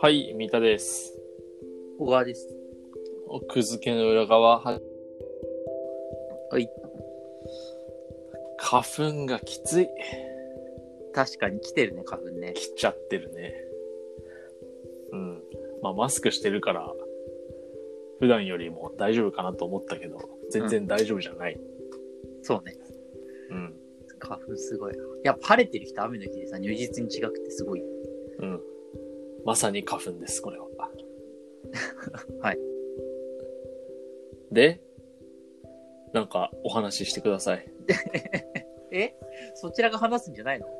はい、三田です。小川です。奥付けの裏側は。はい。花粉がきつい。確かに来てるね、花粉ね。来ちゃってるね。うん。まあ、マスクしてるから、普段よりも大丈夫かなと思ったけど、全然大丈夫じゃない。そうね。うん。花粉すごいな。やっぱ晴れてる日と雨の日でさ、如実に違くてすごい。うん。まさに花粉です、これは。 はい。で、なんかお話ししてください。えそちらが話すんじゃないのは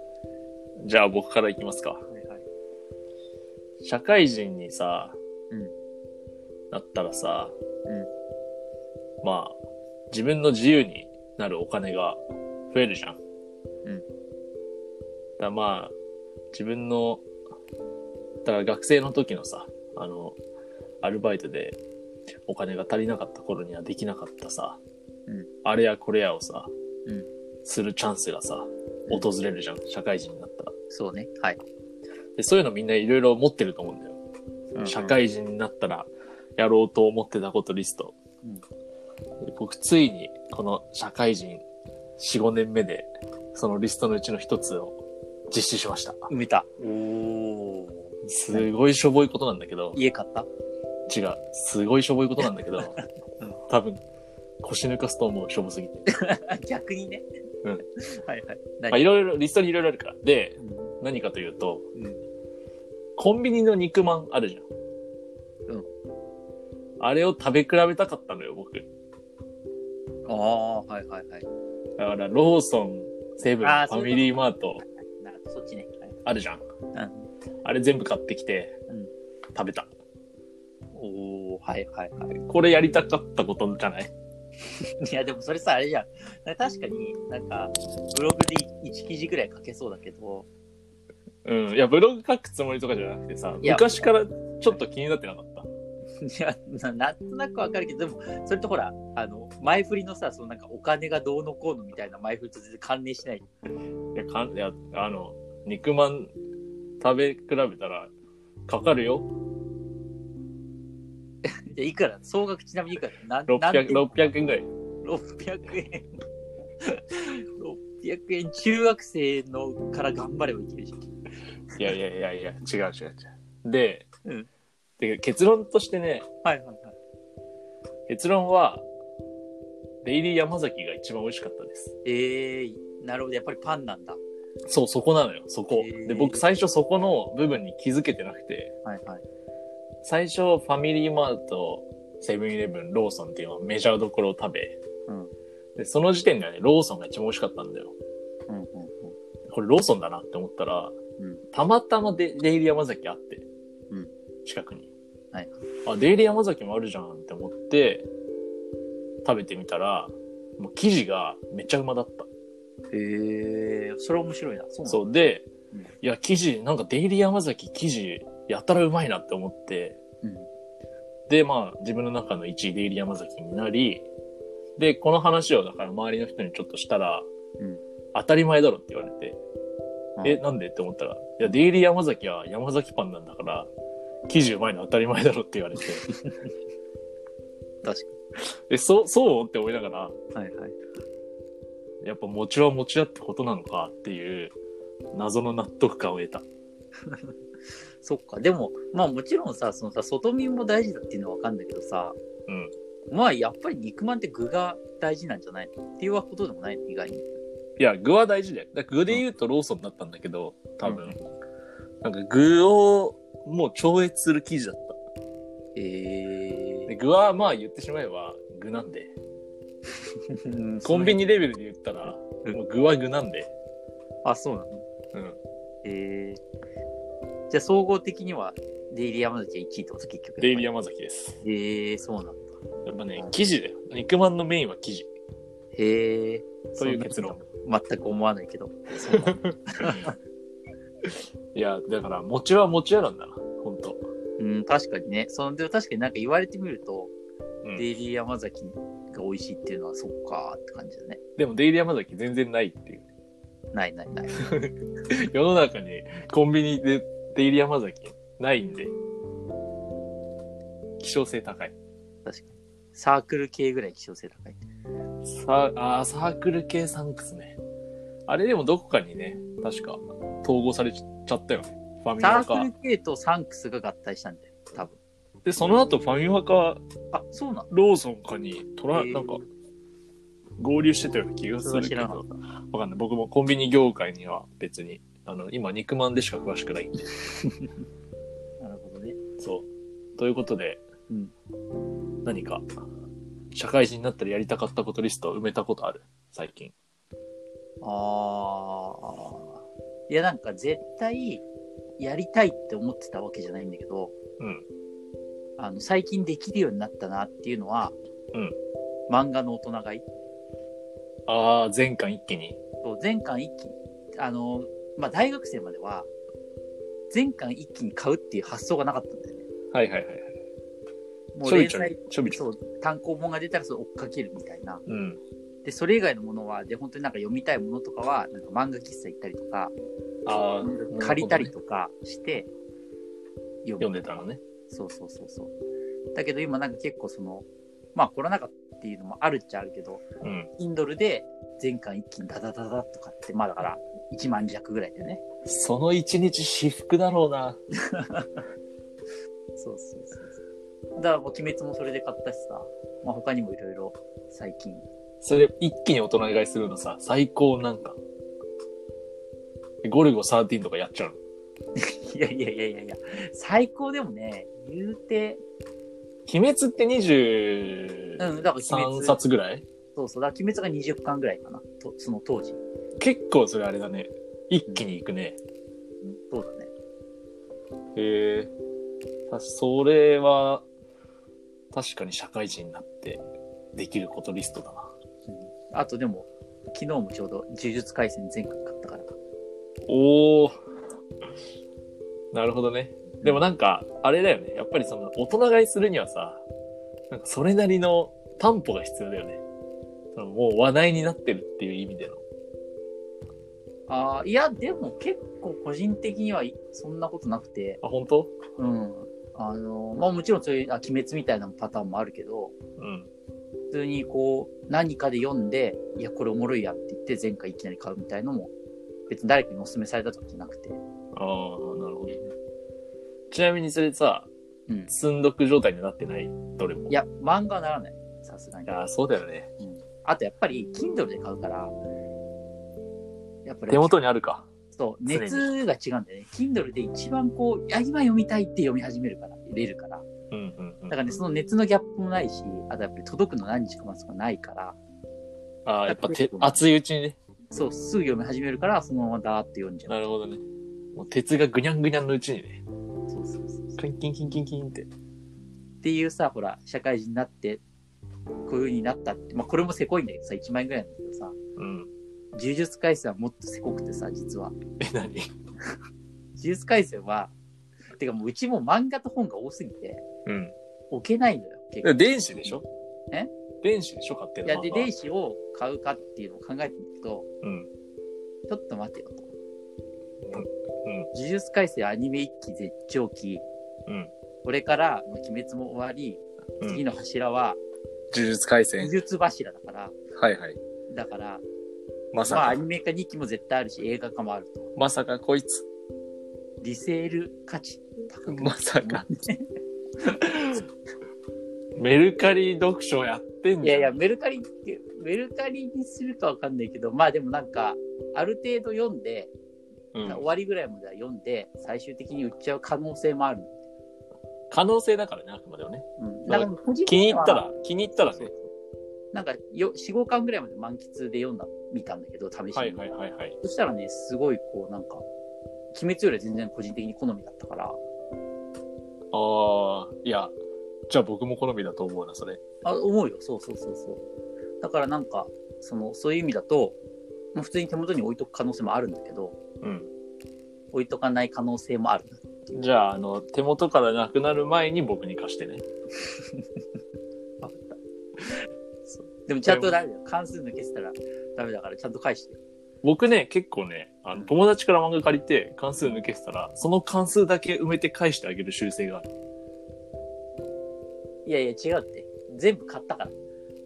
じゃあ僕からいきますか。いはい。社会人にさ、うんなったらさ、うんまあ、自分の自由になるお金が増えるじゃん。うんだからまあ、自分の、だから学生の時のさ、あの、アルバイトでお金が足りなかった頃にはできなかったさ、うんあれやこれやをさ、うんするチャンスがさ、訪れるじゃん、社会人になったら。そうね。はい。で、そういうのみんないろいろ持ってると思うんだよ。社会人になったらやろうと思ってたことリスト。うんで僕ついにこの社会人4、5年目でそのリストのうちの一つを実施しました。埋めた。おー。すごいしょぼいことなんだけど、家買った違う、すごいしょぼいことなんだけど、多分腰抜かすと思う、しょぼすぎて。逆にね。うん。 はいはい。まあ、いろいろ、リストにいろいろあるから。で、うん何かというと、うんコンビニの肉まんあるじゃん。うん。あれを食べ比べたかったのよ、僕。ああ、はいはいはい。だから、ローソン、セブン、フあーァミリーマート、なるほどそっちね。はいあるじゃん。うん、あれ全部買ってきてうん、食べた。おー、はいはいはい。これやりたかったことじゃないいや、でもそれさ、あれじゃん。なんか確かになんか、ブログで1記事ぐらい書けそうだけど、うん。いや、ブログ書くつもりとかじゃなくてさ、いや昔からちょっと気になってなかった。 いや、ななんとなくわかるけど、でも、それとほら、あの、前振りのさ、そのなんかお金がどうのこうのみたいな前振りと全然関連しない。いや、かんいやあの、肉まん食べ比べたら、かかるよ。で、いくら、総額ちなみにいくら、なんなん600、て600円ぐらい。 600円。600円、中学生のから頑張ればいけるじゃん。いやいやいやいや、違う違う違う。で、うんで結論としてね、はいはいはい。結論は、デイリー山崎が一番美味しかったです。えー、なるほど、やっぱりパンなんだ。そう、そこなのよ、そこへ。ーで、僕最初そこの部分に気づけてなくて、はいはい。最初ファミリーマート、セブンイレブン、ローソンっていうのはメジャーどころを食べ、うんで、その時点ではね、ローソンが一番美味しかったんだよ。うんうんこれローソンだなって思ったら、うんたまたまデデイリー山崎あって、うん近くに。はいあ、デイリー山崎もあるじゃんって思って、食べてみたら、もう生地がめっちゃうまだった。うん。えー、それ面白いな。そうなんだそうでうん、いや、記事、なんかデイリー山崎記事、やたらうまいなって思って、うん。で、まあ、自分の中の1位デイリー山崎になり、で、この話をだから周りの人にちょっとしたら、うん当たり前だろって言われて、うんえ、なんでって思ったら、いや、デイリー山崎は山崎パンなんだから、記事うまいの当たり前だろって言われて、確かえ、そう、そうって思いながら、に。はいはい。やっぱ餅は餅だってことなのかっていう、謎の納得感を得た。そっか。でも、まあもちろんさ、そのさ、外見も大事だっていうのはわかんだけどさ、うん。まあやっぱり肉まんって具が大事なんじゃないのっていうことでもないの意外に。いや、具は大事だよ。だから具で言うとローソンだったんだけど、多分。なんか具をもう超越する記事だった。えで具はまあ言ってしまえば具なんで。ー、コンビニレベルで言ったら、うんもう具は具なんで。あ、そうなのうん。えー、じゃあ総合的にはデイリー山崎が1位ってこと結局。デイリーー山崎です。えー、そうなんだ。やっぱねう、ん記事だよ。肉まんのメインは記事。へえー。という結論。そんなこと全く思わないけど。いや、だから餅は餅屋なんだな。ほんと。うん、確かにね。そのでも確かになんか言われてみると、うんデイリー山崎が美味しいっていうのはそっかーって感じだね。でもデイリー山崎全然ないっていう。ないない ない。世の中にコンビニで出入り山崎ないんで。希少性高い。サークル系ぐらい希少性高い。さあー、サークル系サンクスね。あれでもどこかにね、確か統合されちゃったよね。ファミサマーか。クル系とサンクスが合体したんだよ、多分。で、その後ファミマかあ、そうなのローソンかに取ら、えーなんか合流してたような気がすそれるけは知ど。らなかっわかんない。僕もコンビニ業界には別に、あの、今肉まんでしか詳しくないんで。た。なるほどね。そう。ということで、うん何か、社会人になったらやりたかったことリストを埋めたことある最近。ああ。いや、なんか絶対やりたいって思ってたわけじゃないんだけど、うん。あの、最近できるようになったなっていうのは、うん漫画の大人買い。ああ、前回一気に。そう全巻一気に、あの、まあ、大学生までは、全巻一気に買うっていう発想がなかったんだよね。はいはいはいはい。もちょいちょい。ちょびちょそう、単行本が出たらそれ追っかけるみたいな。い。うん。で、それ以外のものは、で、本当になんか読みたいものとかは、なんか漫画喫茶行ったりとか、ああ、借りたりなるとかして、読むほどね読んでたのね。そうそうそうそう。だけど今なんか結構その、まあコロナ禍っていうのもあるっちゃあるけど、うん。 Kindle で全巻一気にダダダダとかって、まあだから1万弱ぐらいでね。その一日私服だろうな。そうそうそうそう。だからもう鬼滅もそれで買ったしさ、まあ他にもいろいろ最近。 それ一気に大人買いするのさ、最高なんか。ゴルゴ13とかやっちゃうの。いやいやいやいやいや、最高でもね、言うて、鬼滅って23うん、だから鬼滅。冊ぐらいそうそう、だから鬼滅が20巻ぐらいかな、とその当時。結構それあれだね。一気に行くね。そうだね。へえ。たそれは、確かに社会人になってできることリストだな。うん、あとでも、昨日もちょうど呪術廻戦全巻買ったから。おお。なるほどね。でもなんか、あれだよね。やっぱりその、大人買いするにはさ、なんかそれなりの担保が必要だよね。そのもう話題になってるっていう意味での。ああ、いや、でも結構個人的にはいそんなことなくて、あ、本当うん。あの、まあもちろんそういう、あ、鬼滅みたいなパターンもあるけど、うん。普通にこう、何かで読んで、いや、これおもろいやって言って、前回いきなり買うみたいのも、別に誰かにお勧めされたとかじゃなくて。ああ、なるほどね。ちなみにそれさ、うん。積んどく状態になってないどれも。いや、漫画はならない。さすがに。あー、そうだよね。あとやっぱり、Kindle で買うから、やっぱり、手元にあるか。そう、常に熱が違うんだよね。Kindle で一番こう、いや、今読みたいって読み始めるから、出るから。うんうんうんだからね、その熱のギャップもないし、あとやっぱり届くの何日か待つとかないから、ああ、やっぱ手、熱いうちにね。そう、すぐ読み始めるから、そのままダーって読んじゃなう。るほどね。もう鉄がぐにゃんぐにゃんのうちにね。そうそうそうそう。キンキンキンキンキンって。っていうさ、ほら、社会人になって、こういう風になったって、まあこれもせこいんだけどさ、1万円ぐらいなんだけどさ、うん。柔術回戦はもっとせこくてさ、実は。え、何柔術回戦は、てかもううちも漫画と本が多すぎて、うん。置けないのよ、結で構。電子でしょえ電子でしょ買ってるいや、で、電子。子を買うかっていうのを考えてるけど、うん。ちょっと待てよと。うんうん呪術回戦アニメ一期絶頂期、うん。これから、まあ鬼滅も終わり、うん次の柱は、呪術回呪戦。術柱だから、はいはい。だから、まさまあ、かア、ニメ化2期も絶対あるし、映画化もあると。まさかこいつ。リセール価値高くまさ か。メルカリ読書やってんいじゃやん。いや、メルカリって、メルカリにするかわかんないけど、まあでもなんか、ある程度読んで、うん終わりぐらいまでは読んで、最終的に売っちゃう可能性もある。可能性だからね、あくまでもね。うん。だからなんか個人気的にに入はったら、気に入ったらね。なんかよ、4、5巻ぐらいまで満喫で読んだ、見たんだけど、試しに。はいはいはいはい。そしたらね、すごいこう、なんか、鬼滅よりは全然個人的に好みだったから、ああ、いや、じゃあ僕も好みだと思うな、それ。あ、思うよ。そうそうそうそう。だからなんか、その、そういう意味だと、まあ普通に手元に置いとく可能性もあるんだけど、うん。置いとかない可能性もある。じゃあ、あの、手元からなくなる前に僕に貸してね。わかった。そうでもちゃんとダメだよ。関数抜けてたらダメだから、ちゃんと返してよ。僕ね、結構ね、あの友達から漫画借りて関数抜けてたら、その関数だけ埋めて返してあげる習性がある。いやいや、違うって。全部買ったから。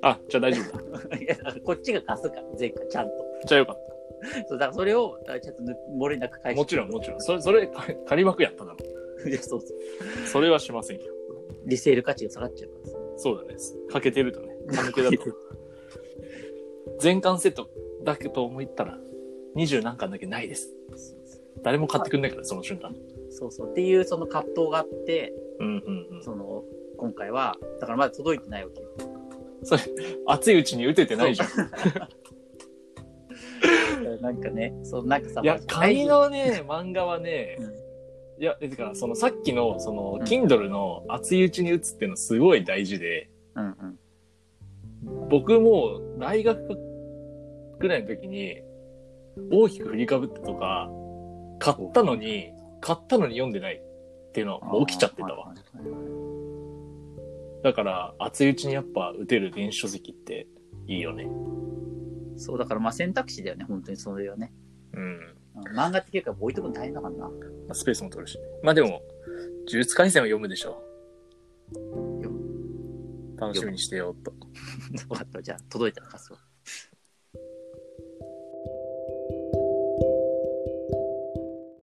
あ、じゃあ大丈 夫だ。いや、だからこ っちが貸すから、前回、ちゃんと。じゃあよかっそう、だからそれを、だからちゃんとぬ漏れなくた。返して。もちろん、もちろん。それ、それ、借借り枠やっただろ。 ん。いや、そうそう。それはしませんよ。リセール価値が下がっちゃうからさ。そうだね。欠けてるとね。抜けだ と。全巻セットだけと思ったら、二十何巻だけないです。誰も買ってくんないから、その瞬間。そうそう。っていう、その葛藤があって、うんうんうん。その、今回は、だからまだ届いてないわけよ。それ、熱いうちに打ててないじゃん。だからなんかね、そう、なんかさ、いやま、あ紙のね、漫画はね、うんいや、てか、そのさっきの、そのう、ん Kindle の熱いうちに打つっていうのすごい大事で、うんうん。僕も大学くらいの時に、大きく振りかぶってとか、買ったのに、買ったのに読んでないっていうのはもう起きちゃってたわ。あー。はいはいはいだから、熱いうちにやっぱ打てる電子書籍っていいよね。そう、だからまあ選択肢だよね、本当にそれはね。うん。うん漫画って結構置いとくの大変だからな。 スペースも取るしね。まあでも、呪術廻戦は読むでしょ読。楽しみにしてよ、と。分かった、じゃあ届いたら貸すわ。